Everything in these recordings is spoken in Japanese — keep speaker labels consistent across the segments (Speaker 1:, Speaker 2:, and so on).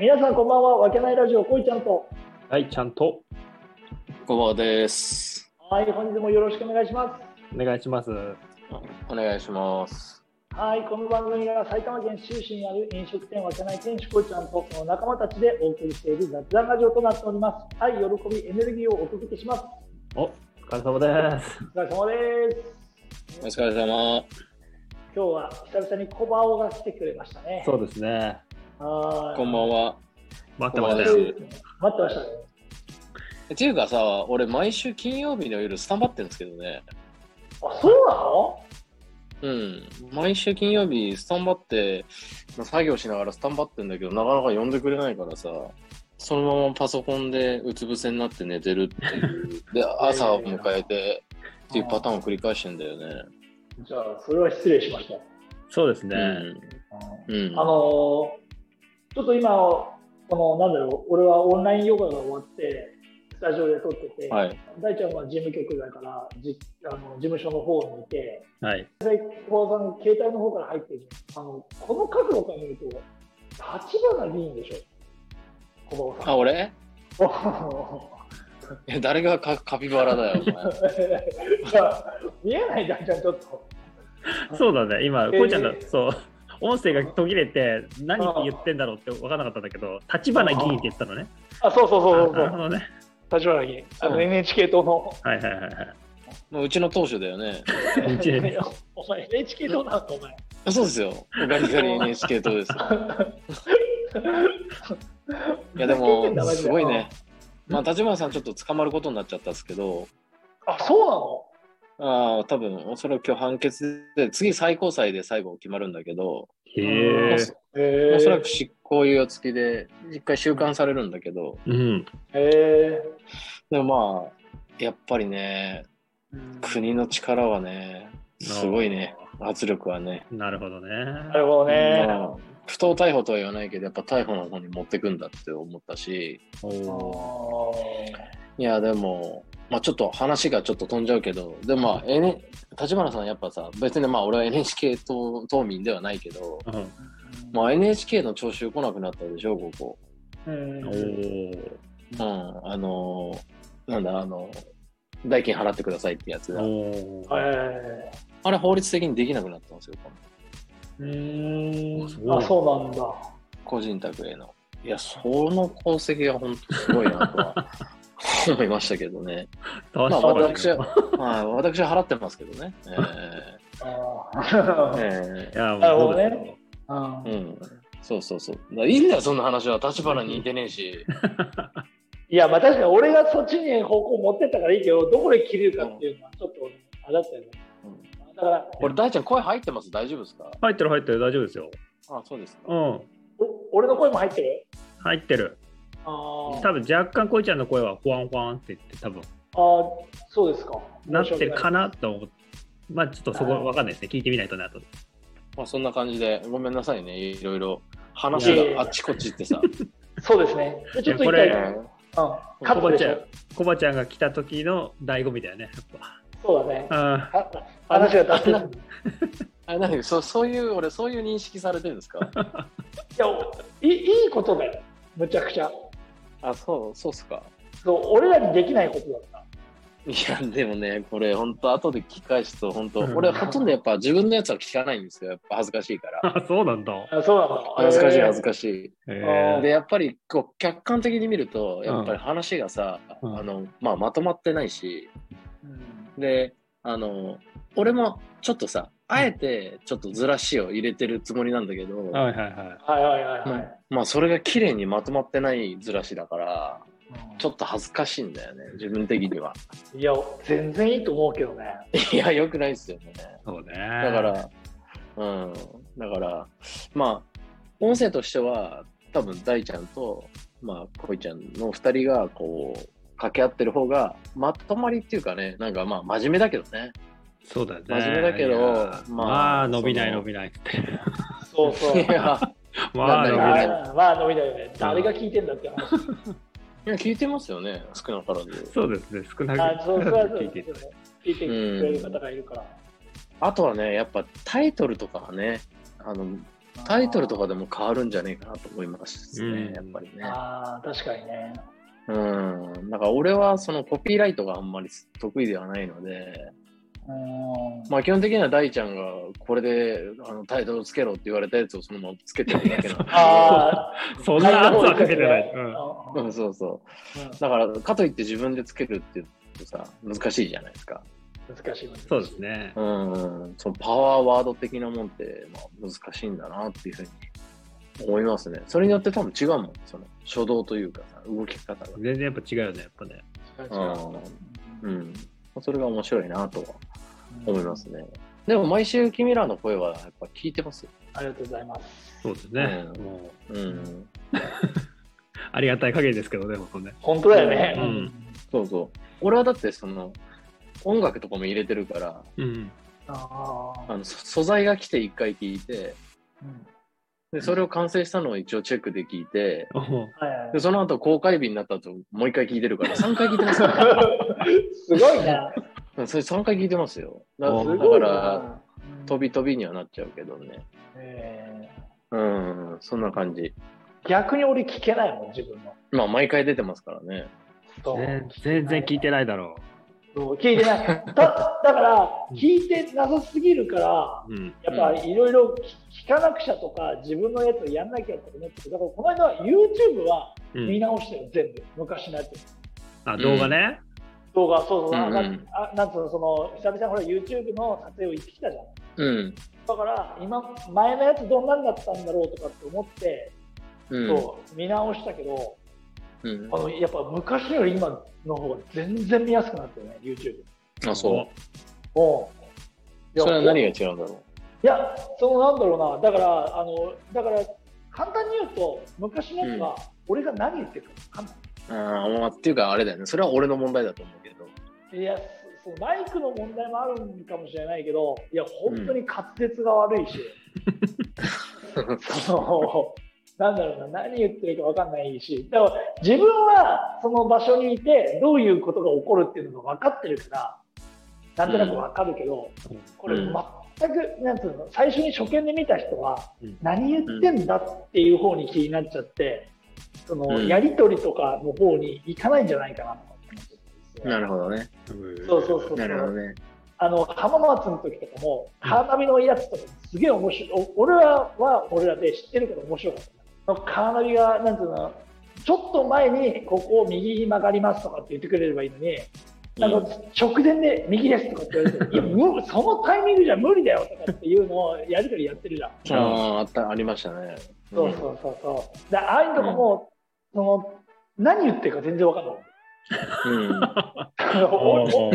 Speaker 1: 皆さんこんばんは、わけないラジオ、こいちゃんと。
Speaker 2: はい、ちゃんと
Speaker 3: こんばんはです。
Speaker 1: はい、本日もよろしくお願いしま
Speaker 2: お願いします。
Speaker 3: お願いします。
Speaker 1: す。はい、この番組は埼玉県州市にある飲食店わけない店主こいちゃんとその仲間たちでお送りしている雑談ラジオとなっております。はい、喜び、エネルギーをお届けします。
Speaker 2: お、お疲れ様です。
Speaker 1: お疲れ様です。
Speaker 3: お疲れ様。
Speaker 1: 今日は久々にコバオが来てくれましたね。
Speaker 2: そうですね。
Speaker 1: はーい
Speaker 3: こんばんは。
Speaker 2: 待っててま
Speaker 3: ま
Speaker 2: し
Speaker 3: したた
Speaker 1: そう
Speaker 3: よ
Speaker 2: よ。
Speaker 1: ですね待ってましたね。
Speaker 3: っていうかさ、俺毎週金曜日の夜スタンバってるんですけどね。
Speaker 1: あ、そうなの
Speaker 3: うん。毎週金曜日スタンバって、まあ作業しながらスタンバってんだけど、なかなか呼んでくれないからさ、そのままパソコンでうつ伏せになって寝てるって いう。で、朝を迎えてっていうパターンを繰り返してんだよね。
Speaker 1: じゃあ、それは失礼しました。
Speaker 2: そうです
Speaker 3: う
Speaker 2: ね。
Speaker 3: ん。うん。
Speaker 1: あのーちょっと今、この、なんだろう、俺はオンラインヨガが終わって、スタジオで撮ってて、
Speaker 3: はい。
Speaker 1: 大ちゃんは事務局だから、じあの事務所の方にいて、
Speaker 2: はい。
Speaker 1: 小川さん、携帯の方から入ってるあのこの角度から見ると、立花議員でしょ、小川さ
Speaker 3: あ、俺
Speaker 1: ん。
Speaker 3: え誰がカカピバラだよ、お 前。
Speaker 1: いや見えない、大ちゃん、ちょっと。
Speaker 2: そうだね。今、
Speaker 1: ー
Speaker 2: こいちゃんが、そう、音声が途切れて、何言ってんだろうって分からなかったんだけど、立花議員って言ったのね。
Speaker 1: あ、そうそう
Speaker 2: あ
Speaker 1: そ
Speaker 2: なるほどね。
Speaker 1: 立花議員、
Speaker 3: あの
Speaker 1: NHK 党の。
Speaker 2: はいはいはいはい。
Speaker 3: もううちの当主だよね。
Speaker 2: NHK
Speaker 1: お前、NHK 党なんか、お前。
Speaker 3: あそうですよ。ガリガリ NHK 党ですよ。いやでも、すごいね。。まあ、立花さんちょっと捕まることになっちゃったんですけど、
Speaker 1: あ、そう
Speaker 3: ああ、多分、それを今日判決で、次最高裁で裁判決まるんだけど、
Speaker 2: へ
Speaker 1: なの
Speaker 2: え。
Speaker 1: へ
Speaker 3: おそらく執行猶予付きで、一回収監されるんだけど、
Speaker 2: うん。
Speaker 1: え
Speaker 3: でもまあ、やっぱりね、
Speaker 1: ー。
Speaker 3: 国の力はね、すごいね、圧力はね、
Speaker 2: なるほどね。
Speaker 1: なるほどね。
Speaker 3: まあ不当逮捕とは言わないけど、やっぱ逮捕の方に持ってくんだって思ったし、
Speaker 2: おー
Speaker 3: いや、でも、まあ、ちょっと話がちょっと飛んじゃうけど、でも、まあ、N、立花さん、やっぱさ、別にまあ、俺は NHK 党党民ではないけど、
Speaker 2: うん
Speaker 3: まあ、NHK の聴衆来なくなったでしょ、ここ。
Speaker 1: うん
Speaker 2: おー
Speaker 3: うん、あのーなんだ、あの代金払ってくださいってやつが
Speaker 2: おー
Speaker 1: え
Speaker 3: あれ、法律的にできなくなったんですよ、この
Speaker 1: ーうん
Speaker 2: あそう
Speaker 1: あ、そうなんだ。
Speaker 3: 個人宅への。いや、その功績が本当すごいなと は思いましたけどね。
Speaker 2: 確
Speaker 3: まあ、
Speaker 2: かに
Speaker 3: 私は、まあ、私は払ってますけどね。 え
Speaker 1: あ
Speaker 3: ー
Speaker 1: ー
Speaker 3: えー
Speaker 2: いや、もう
Speaker 1: なるほど
Speaker 2: そうで
Speaker 1: ね
Speaker 2: すよ
Speaker 1: うん
Speaker 3: うん、そうそうそう。だからいいんだよ、そんな話は。立花に似てねえし。
Speaker 1: いや、まあ確かに俺がそっちに方向持ってったからいいけど、どこで切れるかっていうのはちょっとあれだったよね。
Speaker 3: うん
Speaker 1: だから、
Speaker 3: これ、大ちゃん、声入ってます大丈夫ですか
Speaker 2: 入ってる入ってる、大丈夫ですよ。
Speaker 3: あ、そうですか。
Speaker 2: うん。
Speaker 1: お俺の声も入ってる
Speaker 2: 入ってる。
Speaker 1: あー
Speaker 2: 多分若干こいちゃんの声はホワンホワンって言って多分
Speaker 1: あー、そうですか。
Speaker 2: なってるか
Speaker 1: な。
Speaker 2: なと思って。まあちょっとそこわかんないですね。聞いてみないとね、あと。
Speaker 3: まあ、そんな感じで、ごめんなさいね、いろいろ。話があっちこっち行ってさ。
Speaker 1: そうですね。でちょっと一
Speaker 2: い
Speaker 1: 回、
Speaker 2: や
Speaker 1: う
Speaker 2: こ
Speaker 1: ん、カット
Speaker 2: コバ
Speaker 1: で
Speaker 2: ち
Speaker 1: しょ
Speaker 2: ゃん。、コバちゃんが来た時の醍醐味だよね、やっ
Speaker 1: そうだね。
Speaker 2: ぱ。
Speaker 1: あ話が立ってない。
Speaker 3: あれなんだっけそうそういう、俺、そういう認識されてるんですか
Speaker 1: いやいいいことだよ、むちゃくちゃ。
Speaker 3: あ、そう、そうっすか。
Speaker 1: そう俺らにできないことだった。
Speaker 3: いや、でもね、これ、本当後で聞き返すと、本当
Speaker 2: うん
Speaker 3: 俺、ほとんどやっぱ自分のやつは聞かないんですよ。やっぱ恥ずかしいから。
Speaker 2: あ、そうなんだ。
Speaker 1: あそうなの。
Speaker 3: 恥ずかしい、恥ず
Speaker 1: か
Speaker 3: かしい。
Speaker 2: へ
Speaker 3: でやっぱりこう客観的に見るとやっぱり話がさ、
Speaker 2: うん
Speaker 3: あのまあ、まとまってないし
Speaker 1: しい。
Speaker 3: であの俺もちょっとさあえてちょっとずらしを入れてるつもりなんだけど、
Speaker 2: ーはいはいはい。
Speaker 1: はいはいはいはい。
Speaker 3: まあそれが綺麗にまとまってないずらしだからちょ
Speaker 1: っ
Speaker 3: っと恥ずかしいんだよね自分的には
Speaker 1: といや、全然いいと思うけどね。
Speaker 3: いやよくないですよね
Speaker 2: そうね。
Speaker 3: だからうんだからまあ音声としては多分大ちゃんとまあこいちゃんの2人がこう掛け合ってる方がまとまりっていうかねなんかまあ真面目だけど ね
Speaker 2: そうだね。
Speaker 3: 真面目だけ
Speaker 2: い
Speaker 3: ど
Speaker 2: や
Speaker 3: まあ
Speaker 2: まあ、伸びない
Speaker 3: その
Speaker 2: 伸びないって。
Speaker 1: そうそう。
Speaker 3: いや
Speaker 2: まあ、伸び
Speaker 3: な
Speaker 2: ないい。
Speaker 1: あまあ伸びないよね。誰が聞いてんだって話。
Speaker 3: いや聞いてますよね少なからず
Speaker 2: そうですね、少なく
Speaker 1: あそうそうそう
Speaker 2: 聞いていただいて。
Speaker 1: 聞いてくれる方がいるから。
Speaker 3: あとはねやっぱタイトルとかはねあのタイトルとかでも変わるんじゃねえかなと思いますね、
Speaker 2: うん
Speaker 3: やっぱりね。
Speaker 1: ああ、確かにね。
Speaker 3: うん。だから俺はそのコピーライトがあんまり得意ではないので、
Speaker 1: うん。。
Speaker 3: まあ基本的には大ちゃんがこれであのタイトルつけろって言われたやつをそのままつけてるだけなんで
Speaker 1: あ
Speaker 2: そ
Speaker 1: あ、
Speaker 2: んな圧はかけてない。うん
Speaker 1: う
Speaker 3: うんん、そうそう。だから、かといって自分でつけるって言うとさ、難しいじゃないですか。
Speaker 1: 難しい。
Speaker 2: そうです。ね。
Speaker 3: うん、そのパワーワード的なもんって、まあ、難しいんだなっていうふうに思いますね。それによって多分違うもん、その初動というかさ、動き方が。
Speaker 2: 全然やっぱ違うよね、やっぱね。
Speaker 3: う、
Speaker 1: うん
Speaker 3: それが面白いなとは
Speaker 1: ん
Speaker 3: 思います。ね。でも毎週君らの声はやっぱ聞いてますよ。
Speaker 1: ありがとうございます。
Speaker 2: そうですね。
Speaker 3: うん
Speaker 2: もう
Speaker 3: うん、
Speaker 2: ありがたい限りですけどね、本当ね。
Speaker 1: 本当だよね。
Speaker 2: うん
Speaker 3: そうそう。俺はだってその音楽とかも入れてるから、
Speaker 2: うん。
Speaker 1: あ
Speaker 3: あ
Speaker 1: あ。
Speaker 3: のそ素材が来て一回聞いて、
Speaker 1: うん
Speaker 3: でそれを完成したのを一応チェックで聞いて、
Speaker 2: おう
Speaker 1: はいはい
Speaker 3: でその後公開日になった後もう一回聞いてるから、3回聞いてますから。
Speaker 1: すごいな。
Speaker 3: うんそれ3回聞いてますよ。だ
Speaker 2: あ
Speaker 3: だ
Speaker 1: す
Speaker 2: ー
Speaker 1: ご
Speaker 3: か
Speaker 1: い
Speaker 3: ら、
Speaker 1: な。
Speaker 3: 飛び飛びにはなっちゃうけどね。
Speaker 1: えー
Speaker 3: うん、そんな感じ。
Speaker 1: 逆に俺聞けないもん、自分の。
Speaker 3: まあ、毎回出てますからね。
Speaker 1: そう
Speaker 2: 全全然聞いてないだろ
Speaker 1: そう聞いて ない。だだから、聞いてなさすぎるから、
Speaker 2: う。うん。
Speaker 1: やっぱいろいろ聞かなくちゃとか、自分のやつをやんなきゃと思ってて、だからこの間は YouTube は
Speaker 2: うん
Speaker 1: 見直してる、全部。昔のやつ。
Speaker 2: あ、動画ね。
Speaker 1: 動画、そうそう、
Speaker 3: うんうん
Speaker 1: なんあなんつうの、その、久々にほら YouTube の撮影を行ってきたじゃん。
Speaker 3: うん。
Speaker 1: だから、今、前のやつどんなんだったんだろうとかって思って、
Speaker 3: うん。
Speaker 1: そう、見直したけど、
Speaker 3: うん
Speaker 1: あの、やっぱ昔より今の方が全然見やすくなってるね、YouTube。
Speaker 3: あ、そう。
Speaker 1: おう
Speaker 3: それは何
Speaker 1: い
Speaker 3: が違うんだろ
Speaker 1: や、そのなんだろうな、だから、あの、だから、簡単に言うと、昔のやつは、俺が何言ってるか分かんな
Speaker 3: う。ああ、まあ、っていうか、あれだよね。それは俺の問題だと思うけど。
Speaker 1: い。いや、そそのマイクの問題もあるんかもしれないけど、いや、本当に滑舌が悪いし、その、なんだろうな、何言ってるか分かんないし、だから自分はその場所にいて、どういうことが起こるっていうのが分かってるから、なんとなく分かるけど、これ
Speaker 3: うん
Speaker 1: 全く、なんつうの、最初に初見で見た人は
Speaker 2: うん、
Speaker 1: 何言ってんだっていう方に気になっちゃって、その、
Speaker 3: うん
Speaker 1: やりとりとかの方に行かないんじゃないかなと思ってます
Speaker 3: なるほどね。
Speaker 1: そうそうそうそ
Speaker 3: なるほど
Speaker 1: う。
Speaker 3: ね。
Speaker 1: あの、浜松の時とかも、カーナビのやつとかすげえ面白い。お俺らは俺らで知ってるけど面白かった。カーナビが、なんつうの、ちょっと前にここを右に曲がりますとかって言ってくれればいいのに、なんか直前で右ですとかって言われて、いや、無そのタイミングじゃ無理だよとかっていうのをやりとりやってるじゃん。
Speaker 3: ああ、あった、ありましたね。
Speaker 1: そうそうそうそう。だああいうとこも、その、何言ってるか全然わかんない。
Speaker 3: うん。うん。
Speaker 1: おおそう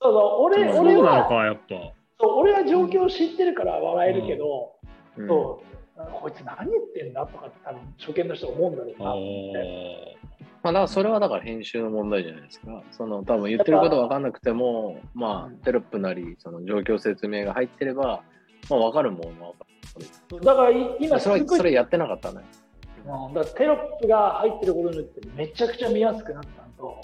Speaker 1: そう俺
Speaker 2: そ
Speaker 1: 俺
Speaker 2: うなの
Speaker 1: は
Speaker 2: か、やっぱ。
Speaker 1: そう俺は状況を知ってるから笑えるけど、
Speaker 3: うん
Speaker 1: そうなんかこいつ何言ってんだとかって多分初見の人は思うんだろうなと思って。
Speaker 3: まあ、だからそれはだから編集の問題じゃないですか。その多分言ってることわかんなくても、まあテロップなり、その状況説明が入ってれば、まあわかるもんはわか
Speaker 1: そうだからい今
Speaker 3: る。
Speaker 1: す
Speaker 3: そ
Speaker 1: ご
Speaker 3: れ
Speaker 1: い、
Speaker 3: は、それやってなかったね。
Speaker 1: うんだからテロップが入ってることによってめちゃくちゃ見やすくなったのと。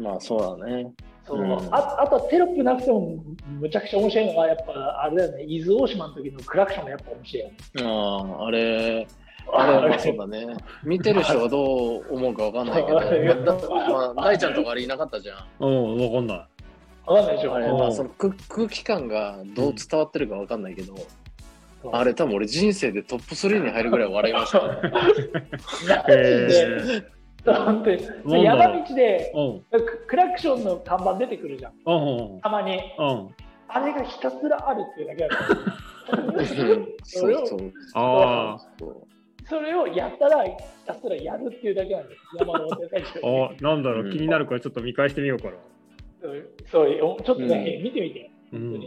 Speaker 3: まあそうだね。
Speaker 1: そう
Speaker 3: うん
Speaker 1: ああとはテロップなくてもむちゃくちゃ面白いのがやっぱあれだよね伊豆大島の時のクラクションがやっぱ面白いよね
Speaker 3: ああ、あれ、あれはまあそうだね。見てる人がどう思うかわかん ないけど、
Speaker 1: あれ
Speaker 3: まあ、大ちゃんとかあれいなかったじゃん。
Speaker 2: うん、わかんない。
Speaker 1: わかんないでしょ
Speaker 3: あれ、
Speaker 2: うん
Speaker 3: まあその空空気感がどう伝わってるかわかんないけど、
Speaker 1: そう
Speaker 3: あれ多分俺人生でトップ3に入るぐらい笑いま したね。
Speaker 1: マジで、
Speaker 2: え
Speaker 1: 本当に
Speaker 2: ろう
Speaker 1: 山道で
Speaker 2: ー、うん、
Speaker 1: ククラクションの看板出てくるじゃん
Speaker 2: うん、
Speaker 1: たまに
Speaker 2: うん。
Speaker 1: あれがひたすらあるっていうだけだから
Speaker 3: うんそうそう。
Speaker 2: あ
Speaker 3: そう
Speaker 1: それをやったらひたすらやるっていうだけなんです山のお手伝い
Speaker 2: あ、あなんだろ
Speaker 3: う
Speaker 2: う、
Speaker 3: ん
Speaker 2: 気になるからちょっと見返してみようかな。
Speaker 1: そうおちょっとね、
Speaker 3: うん
Speaker 1: 見てみて
Speaker 2: う
Speaker 1: 本当
Speaker 2: ん
Speaker 1: に、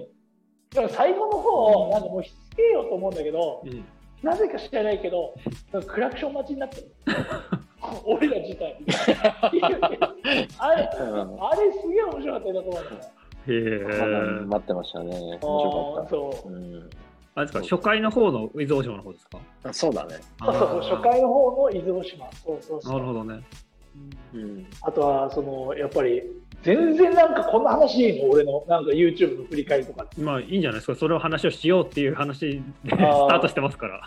Speaker 1: だから最後の方なんかもうしつけようと思うんだけど、
Speaker 2: うん
Speaker 1: なぜか知らないけど、クラクション待ちになってる。俺ら自体。 あれ、
Speaker 3: うん
Speaker 1: あれすげえ面白かったよなと思うんだよね。
Speaker 2: へえ。
Speaker 3: 待ってましたね。面
Speaker 1: あ
Speaker 3: 白
Speaker 1: ー
Speaker 3: かっ
Speaker 1: そ
Speaker 3: た。
Speaker 1: う
Speaker 3: うん
Speaker 2: あれですか、初回の方の伊豆大島の方ですか
Speaker 3: あそうだね。
Speaker 1: そうそうそう、初回の方の伊豆大島。そうそうそう。
Speaker 2: なるほどね。
Speaker 3: うん。
Speaker 1: あとは、その、やっぱり、全然なんかこんな話いいの俺の、なんか YouTube の振り返りとか。
Speaker 2: まあいいんじゃないですか、それを話をしようっていう話でスタ
Speaker 1: あー
Speaker 2: ートしてますから、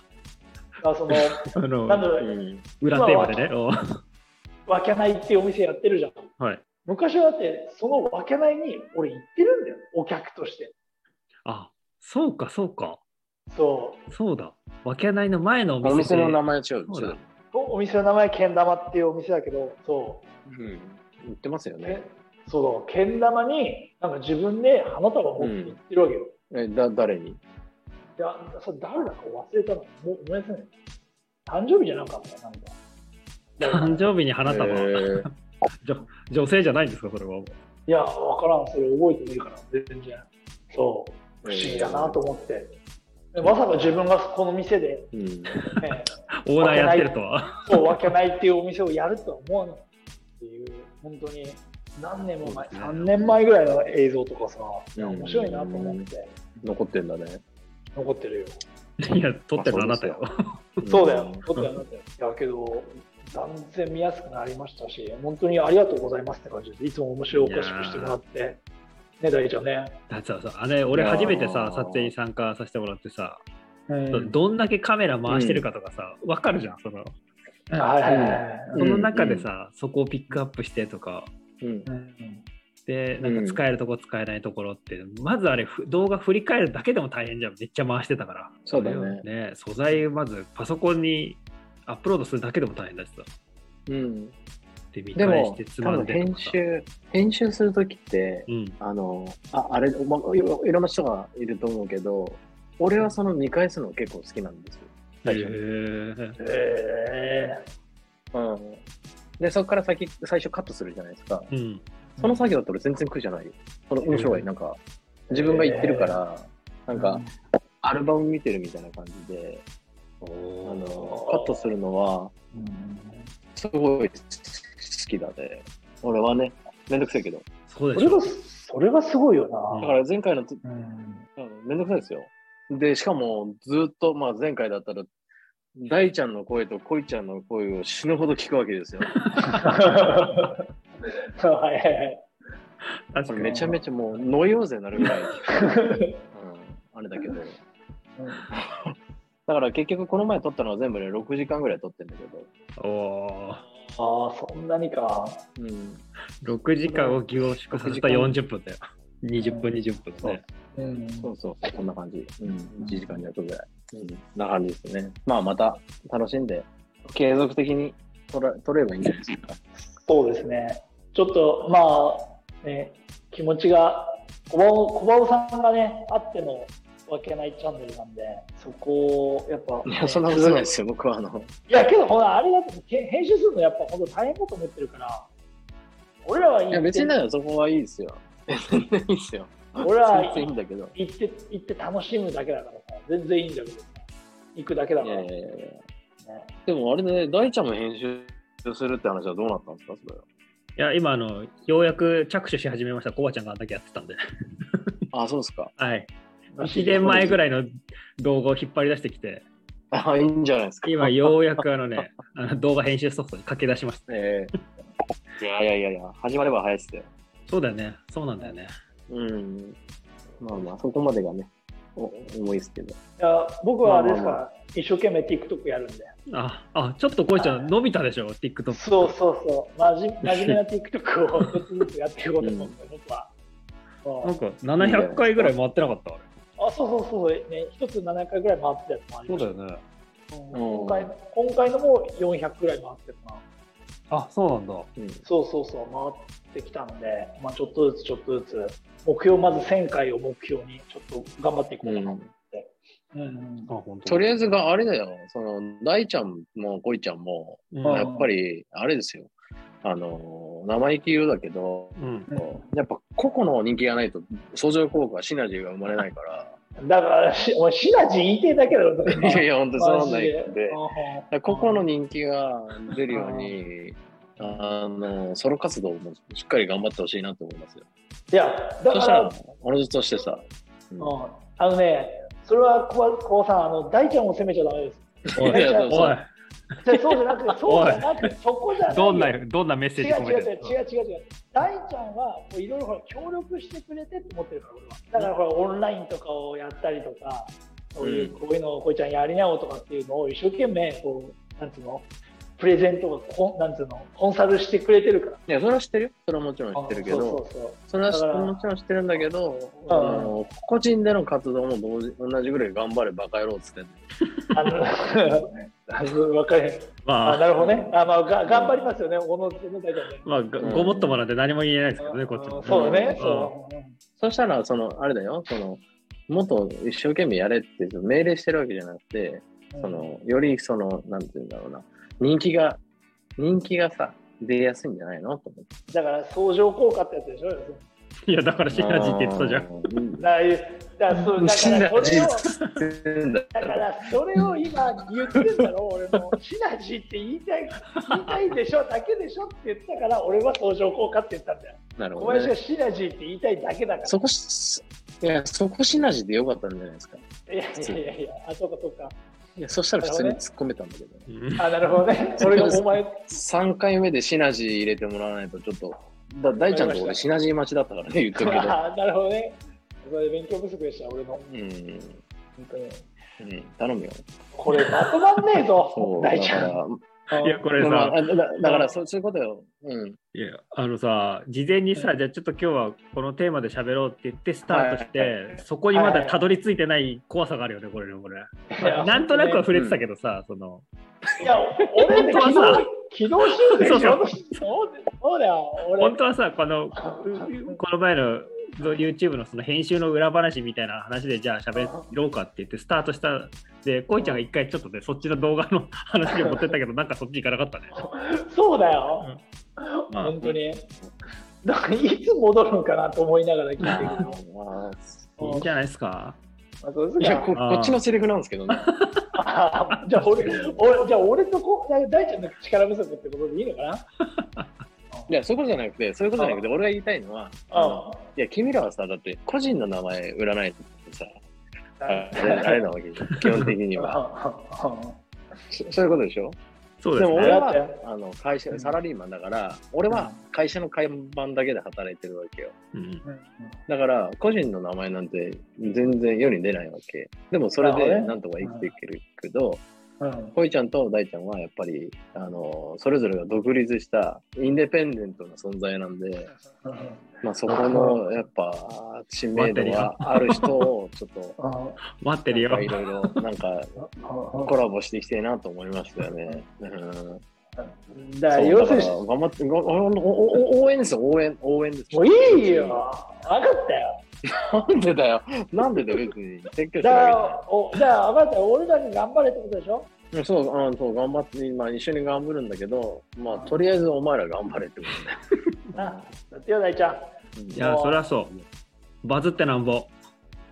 Speaker 1: あその、
Speaker 2: あの
Speaker 1: なんだ
Speaker 3: う
Speaker 1: ろう、
Speaker 3: ん。
Speaker 2: 裏テーマでね。おー
Speaker 1: わけないっていうお店やってるじゃん。
Speaker 2: はい、
Speaker 1: 昔はだって、そのわけないに俺行ってるんだよ、お客として。
Speaker 2: あそうか、そうか、
Speaker 1: そ
Speaker 2: そうだ、わけないの前のお
Speaker 3: お
Speaker 2: 店
Speaker 3: 店
Speaker 2: で
Speaker 3: の名前違う。
Speaker 2: そうだ
Speaker 3: 違
Speaker 1: う。とお店の名前、けん玉っていうお店だけど、そう。
Speaker 3: うん。言ってますよね
Speaker 1: ね。、そうだけん玉になんか自分で花束を持って行ってるわけよ。
Speaker 3: え、だ、誰に
Speaker 1: であそれ誰だか忘れたのもう思い出せない。誕生日じゃなかったなんか。
Speaker 2: 誕生日に花束、
Speaker 3: えー
Speaker 2: 女性じゃないんですか、それは。
Speaker 1: いや、わからん、それ覚えてないから、全然。そう、不思議だなと思って。でまさか自分がこの店で、
Speaker 3: うん。
Speaker 1: ね、
Speaker 2: オーナーやってるとは。
Speaker 1: そうわけないっていうお店をやるとは思わないっていう、本当に何年も前、
Speaker 2: そうですね
Speaker 1: 3年前ぐらいの映像とかさ、いや
Speaker 3: うん
Speaker 1: 面白いなと思って、
Speaker 3: 残ってんだね。
Speaker 1: 残ってるよ。
Speaker 2: いや、撮ってるのあなたよ。
Speaker 1: そうだよ、そうだよ、だけど、断然見やすくなりましたし、本当にありがとうございますって感じで、いつも面白おかしくしてもらって、ね、大ちゃんね。
Speaker 2: だってさ、あれ、俺初めてさ
Speaker 3: あ、ー
Speaker 2: 撮影に参加させてもらってさ、
Speaker 1: うん、
Speaker 2: どんだけカメラ回してるかとかさ、わかるじゃん、その。
Speaker 1: はいはいはい。
Speaker 2: その中でさ、そこをピックアップしてとか、
Speaker 3: うん。
Speaker 1: うん
Speaker 2: で、なんか使えるとこ使えないところって、まずあれ、ふ動画振り返るだけでも大変じゃん、めっちゃ回してたから。
Speaker 3: そうだね
Speaker 2: ね素材、まずパソコンにアップロードするだけでも大変だしさ。
Speaker 3: うん。
Speaker 2: で、見返
Speaker 3: でも
Speaker 2: して、つ
Speaker 3: 多
Speaker 2: ま
Speaker 3: 分
Speaker 2: んでと
Speaker 3: 編
Speaker 2: かさ。
Speaker 3: 集、編集するときって、
Speaker 2: うん、
Speaker 3: あの、ああれ、まあいろ、いろんな人がいると思うけど、俺はその見返すの結構好きなんですよ。
Speaker 2: へ
Speaker 3: 最初に
Speaker 2: ー
Speaker 1: え
Speaker 3: うん。で、そこから先、最初カットするじゃないですか。
Speaker 2: うん、
Speaker 3: その作業だったら全然苦じゃないよ。その面白い。なんか、自分が言ってるから、なんか、アルバム見てるみたいな感じで、あの、カットするのは、すごい好きだね。俺はね、めんどくせえけど。
Speaker 2: そう
Speaker 1: そ
Speaker 2: でし
Speaker 1: れ
Speaker 2: ょ
Speaker 1: が、それがすごいよ
Speaker 2: うん
Speaker 3: だ
Speaker 1: な。
Speaker 3: から前回のと
Speaker 1: うん
Speaker 3: うんめんどくさいですよ。で、しかも、ずっと、まあ前回だったら、大ちゃんの声と恋ちゃんの声を死ぬほど聞くわけ ですよ。
Speaker 1: そうはいはいはい。
Speaker 2: 確
Speaker 3: こ
Speaker 2: か
Speaker 3: れ
Speaker 2: に
Speaker 3: めちゃめちゃもうノイオーゼになるぐらい、うん、あれだけど。だから結局この前撮ったのは全部ね、6時間ぐらい撮ってんだけど。
Speaker 2: おー
Speaker 1: ああ、そんなにか。
Speaker 3: うん。
Speaker 2: 6時間を凝縮させた40分だよ。20分、20分だね。
Speaker 1: うん
Speaker 3: そうそう、こんな感じ。うん。1時間弱ぐらい。うん。な感じですね。まあまた楽しんで、継続的に撮ら撮ればいいんじゃないです か。
Speaker 1: そうですね。ちょっと、まあ、ね、気持ちが、小バオ小バオさんがね、あってのわけないチャンネルなんで、そこを、やっぱ、
Speaker 3: いや、そんなことないですよ、僕はあの。
Speaker 1: いや、けど、ほら、あれだと、け編集するのやっぱ、本当大変だと思ってるから、俺らはいい
Speaker 3: や、別にだよ、そこはいいですよ。全然いいです よ。
Speaker 1: 俺は
Speaker 3: 全然いいんだけど。
Speaker 1: 行って、行って楽しむだけだからさ、全然いいんだけどさ、行くだけだ
Speaker 3: い
Speaker 1: から
Speaker 3: や
Speaker 1: ね
Speaker 3: い。やいやいやでもあれね、大ちゃんも編集するって話はどうなったんですか、それは。
Speaker 2: いや、今、あの、ようやく着手し始めました。コバちゃんがあんだけやってたんで。
Speaker 3: あ、そうですか。
Speaker 2: はい。1年前ぐらいの動画を引っ張り出してきて、
Speaker 3: あ、いいんじゃないですか。
Speaker 2: 今、ようやくあのね、あの動画編集ソフトに駆け出しました。
Speaker 3: ええいやいやいやいや、始まれば早いっすよ。
Speaker 2: そうだよね。そうなんだよね。
Speaker 3: うん。まあまあ、そこまでがね、お重いっすけど。
Speaker 1: いや、僕はあれですか
Speaker 3: まあま
Speaker 1: ら、一生懸命 TikTok やるんで。
Speaker 2: あ、あ、ちょっとコバちゃん伸びたでしょ、TikTok。
Speaker 1: そうそうそう、真面真面目な TikTok をちょっとずつやっていこうと思うんで、僕は。そ
Speaker 2: なんか、700回ぐらい回ってなかった、あれ。
Speaker 1: うあそうそうそう、ね、一つ7回ぐらい回ってたやつもありました。
Speaker 2: よね。
Speaker 1: うん
Speaker 3: う
Speaker 1: 今
Speaker 3: ん
Speaker 1: 回の今回のも400ぐらい回ってたな。
Speaker 2: あ、そうなんだ。
Speaker 3: うん。
Speaker 1: そうそうそう、回ってきたんで、まあ、ちょっとずつちょっとずつ、目標、まず1000回を目標に、ちょっと頑張っていこうかな。うんうん
Speaker 2: あ、本当
Speaker 3: とりあえずがあれだよ、その、大ちゃんもこいちゃんも、
Speaker 2: ず、
Speaker 1: うん
Speaker 3: やっぱり、あれですよ。あの、生意気言うだけど、
Speaker 2: うん。
Speaker 3: やっぱ個々の人気がないと相乗効果、シナジーが生まれないから、
Speaker 1: だから、しお前、シナジー言いてえだけだろ、それ
Speaker 3: いやいや、本当にそうなんだ
Speaker 1: マ
Speaker 3: よ。
Speaker 1: ジ
Speaker 3: で
Speaker 1: で、
Speaker 3: だから個々の人気が出るように、あの、ソロ活動もしっかり頑張ってほしいなと思いますよ。
Speaker 1: いや、だ
Speaker 3: そ
Speaker 1: か
Speaker 3: したら
Speaker 1: ら、、
Speaker 3: おのずとしてさ、うん
Speaker 1: うんあのね、それは小小さん、あの大ちゃんを責めちゃダメです。
Speaker 2: おい、
Speaker 3: いやそう
Speaker 2: お
Speaker 3: そう
Speaker 2: い、
Speaker 1: じゃあそうじゃ なくて、そうじゃなくて、そこじゃないよ。
Speaker 4: どんな、どんなメッ
Speaker 1: 違う
Speaker 4: セージ込
Speaker 1: 違
Speaker 4: め
Speaker 1: う違
Speaker 4: て
Speaker 1: う違う違う違う。大ちゃんはもういろいろほら協力してくれてって思ってるから俺は。だからほらオンラインとかをやったりとか、そういう
Speaker 3: うん
Speaker 1: こういうのをこいちゃんやりなおとかっていうのを一生懸命こうなんつうのプレゼントをこんなんつうのコンサルしてくれてるから。
Speaker 3: いや、それは知ってるよ。それはもちろん知ってるけど、そ
Speaker 1: そうそうそう。
Speaker 3: れは
Speaker 1: だから
Speaker 3: もちろん知ってるんだけ
Speaker 1: う
Speaker 3: ど、
Speaker 1: ん
Speaker 3: あの個人での活動も同時同じぐらい頑張れ、バカ野郎っつってんの
Speaker 1: あの あのわかる。
Speaker 2: ま
Speaker 1: あ
Speaker 2: あ、
Speaker 1: なるほどね。あまあが頑張りますよね。小野小野大ちゃんね。
Speaker 2: まあ、ごごもっともなんで何も言えないですけどね、こっち
Speaker 1: う
Speaker 2: も。
Speaker 1: んそうね。
Speaker 2: ん
Speaker 1: そう。
Speaker 3: そしたら、その、あれだよ、その、もっと一生懸命やれって命令してるわけじゃなくて、
Speaker 1: うん
Speaker 3: その、よりその、なんて言うんだろうな、人気が、人気がさ、出やすいんじゃないのと思 って。
Speaker 1: だから相乗効果ってやつでしょ。
Speaker 2: いや、だからシナジーって言ってたじゃん。
Speaker 3: ん。
Speaker 1: だからだからそうだからそれを。だか
Speaker 3: だ
Speaker 1: らそれを今言ってんだろ、俺も。シナジーって言いたい、言いたいでしょ、だけでしょって言ったから、俺は相乗効果って言ったんだよ。
Speaker 3: なる
Speaker 1: 小
Speaker 3: ほど、
Speaker 1: 林
Speaker 3: ね
Speaker 1: は。シナジーって言いたいだけだから。
Speaker 3: そこし、いや、そこシナジーでよかったんじゃないですか。
Speaker 1: いやいやいやいや、あ、そうかそうか。
Speaker 3: いや、そしたら普通に突っ込めたんだけど、ね。
Speaker 2: うん
Speaker 1: あ、なるほどね。俺がお前、
Speaker 3: 3回目でシナジー入れてもらわないと、ちょっと、だ大ちゃんと俺シナジー待ちだったからね、言っとくけど。
Speaker 1: あなるほどね。それ勉強不足でした、俺の。本
Speaker 3: うん、
Speaker 1: 当に。
Speaker 3: うん、頼むよ。
Speaker 1: これ、まとまんねえぞ
Speaker 3: そ、う、だ
Speaker 1: 大
Speaker 3: か
Speaker 1: ちゃん。
Speaker 3: ら、
Speaker 2: いや、これ
Speaker 3: まあ
Speaker 2: さ
Speaker 3: ま、あだだだからそうそういうことよ。うん。
Speaker 2: いやあのさ事前にさ、じゃあちょっと今日はこのテーマで喋ろうって言ってスタートして、
Speaker 3: はい
Speaker 2: そこにまだたどり着いてない怖さがあるよねこれねこれ
Speaker 1: いや
Speaker 2: なんとなくは触れてたけどさ、その
Speaker 1: いや、俺ね、昨
Speaker 2: 本
Speaker 1: 日
Speaker 2: 当はさ、
Speaker 1: 昨日週で
Speaker 2: そうそう
Speaker 1: そうだよそうだよ、俺。
Speaker 2: 本当はさこのうこの前の YouTube のその編集の裏話みたいな話でじゃあ喋ろうかって言ってスタートしたでこいちゃんが一回ちょっとねそっちの動画の話を持ってったけどなんかそっち行かなかったね
Speaker 1: そうだよ。
Speaker 2: まあ
Speaker 1: 本当に。だからいつ戻るのかなと思いながら聞いて
Speaker 3: まあ
Speaker 1: るけど
Speaker 3: ま
Speaker 2: いいんじゃないですか
Speaker 1: あそうです
Speaker 3: あ
Speaker 1: か
Speaker 3: いやこ、
Speaker 2: あー
Speaker 3: こっちのセリフなんですけどね。
Speaker 1: あじゃあ俺、俺じゃあ俺とこ大ちゃんの力不足ってことでいいのかない
Speaker 3: や、そういうことじゃなくて、そういうことじゃなくて、俺が言いたいのは、あのいや、君らはさ、だって、個人の名前売らないとさ、あれあれなわけじゃん、基本的には。そそういうことでしょ
Speaker 2: そう
Speaker 3: で
Speaker 2: です
Speaker 3: も
Speaker 2: ね
Speaker 3: 俺
Speaker 1: だって
Speaker 3: はあの会社、サラリーマンだから、俺は会社の看板だけで働いてるわけよ。
Speaker 2: うん
Speaker 3: だから、個人の名前なんて全然世に出ないわけ。でも、それ
Speaker 1: なるほど
Speaker 3: で
Speaker 1: ね
Speaker 3: なんとか生きていけるけ
Speaker 1: う
Speaker 3: ど、
Speaker 1: んうん
Speaker 3: こいちゃんと大ちゃんはやっぱり、あのそれぞれが独立したインデペンデントな存在なんで、まあ、そこのやっぱ知名度がある人をちょっ と
Speaker 2: 待ってる
Speaker 3: なん
Speaker 2: よ
Speaker 3: かいろいろなんかコラボしていきたいなと思いましたよね。うん
Speaker 1: だから
Speaker 3: そう
Speaker 1: 要する
Speaker 3: だ
Speaker 1: に
Speaker 3: から頑張ってごおおお応援ですよ、応援、応援です。
Speaker 1: もういいよ。分かったよ。
Speaker 3: なんでだよ、なんでだよ、別に。説教して
Speaker 1: だ
Speaker 3: る
Speaker 1: か
Speaker 3: わ
Speaker 1: ら、おだから分かったよ。俺だけ頑張れってことでしょ
Speaker 3: けじゃないそう、あそう頑張って、今一緒に頑張るんだけど、まあ、とりあえずお前ら頑張れってこ
Speaker 1: なだってよ、大ちゃん。
Speaker 3: とね。
Speaker 2: いやそりゃそうバズってなんぼ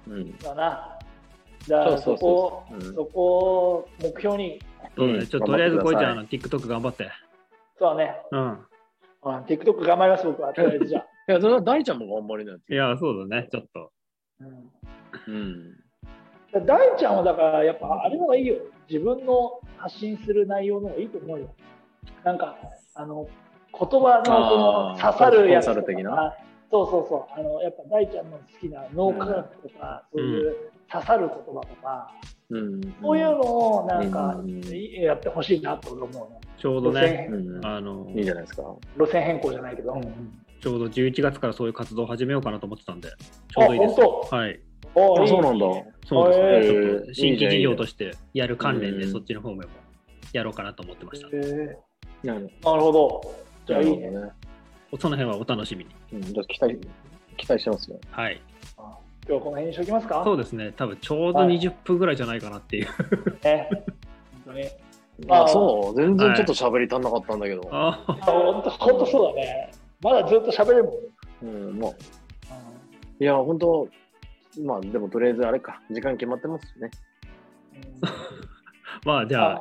Speaker 3: うん。
Speaker 1: だな。だから
Speaker 3: そ
Speaker 1: そう
Speaker 3: そ
Speaker 1: こ
Speaker 3: うそう
Speaker 1: を、
Speaker 3: うん
Speaker 1: そこを目標に、
Speaker 2: そうだ
Speaker 3: う
Speaker 2: ね
Speaker 3: ん
Speaker 2: ちょっととりあえず
Speaker 3: 頑
Speaker 2: こ
Speaker 3: 張っ
Speaker 2: い
Speaker 3: てくだ
Speaker 2: ち
Speaker 3: さ
Speaker 2: ゃ
Speaker 3: い
Speaker 2: んの TikTok 頑張って
Speaker 1: そうだね。
Speaker 2: うん
Speaker 1: うん TikTok 頑張ります、僕は。とりあえずじゃあ。
Speaker 3: いや、それは大ちゃんも頑張りなよ。
Speaker 2: いや、そうだね、ちょっと。
Speaker 1: うん
Speaker 3: うん。
Speaker 1: だから大ちゃんはだからやっぱあれの方がいいよ自分の発信する内容の方がいいと思うよなんかあの言葉の
Speaker 3: あー
Speaker 1: この刺さるやつと
Speaker 3: コンサル的
Speaker 1: か
Speaker 3: な
Speaker 1: そうそうそうあのやっぱ大ちゃんの好きな脳科学とか、
Speaker 2: うん
Speaker 1: そういう刺さる言葉とか、
Speaker 3: うん。
Speaker 1: そういうのをなんか、
Speaker 3: うん
Speaker 1: やってほしいなと俺思うね
Speaker 2: ちょうど
Speaker 1: 路線
Speaker 2: ね、
Speaker 1: 変、
Speaker 3: うん
Speaker 2: あの、
Speaker 3: いいじゃないですか。
Speaker 1: 路線変更じゃないけど、あ
Speaker 2: ちょうど11月からそういう活動を始めようかなと思ってたんで、ちょうどいいで
Speaker 1: 本
Speaker 2: す。
Speaker 1: 当
Speaker 2: はい。
Speaker 1: お
Speaker 3: あ、
Speaker 1: いい
Speaker 3: そうなんだ。
Speaker 2: そうです
Speaker 1: へ
Speaker 2: ね。
Speaker 1: ー
Speaker 2: ちょっと新規事業と
Speaker 3: して。
Speaker 2: してやる関連で、
Speaker 3: うん
Speaker 2: そっちの方面もやろうかなと思ってました。
Speaker 1: へえ
Speaker 3: なる
Speaker 1: なるほどじゃあいいね
Speaker 3: ね。
Speaker 2: その辺はお楽しみに。
Speaker 3: うん、じゃあ期待、期待してますよ。
Speaker 2: はい。
Speaker 1: 今日はこの辺にしときますか
Speaker 2: そうですね、多分ちょうど
Speaker 1: はい
Speaker 2: 20分ぐらいじゃないかなっていう。
Speaker 1: ね本当に
Speaker 3: あ
Speaker 1: あ
Speaker 3: そう全然ちょっと喋り足んなかったんだけど。
Speaker 2: あ
Speaker 1: 本当本当そうだね。まだずっと喋れるもん。
Speaker 3: うん、もう、いや、本当まあ、でもとりあえずあれか、時間決まってますしね。
Speaker 2: あまあ、じ
Speaker 1: じ
Speaker 2: ゃあ、、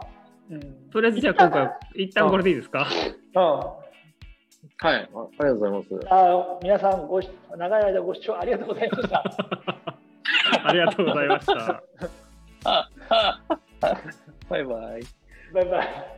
Speaker 1: うん、
Speaker 2: とりあえずじゃあ今回は、一旦これでいいですか
Speaker 1: あ
Speaker 3: はい。あありがとうございます。
Speaker 1: あ皆さんごし長い間ご視聴ありがとうございました。
Speaker 2: ありがとうございました。
Speaker 3: バイバイ。
Speaker 1: バイバイ。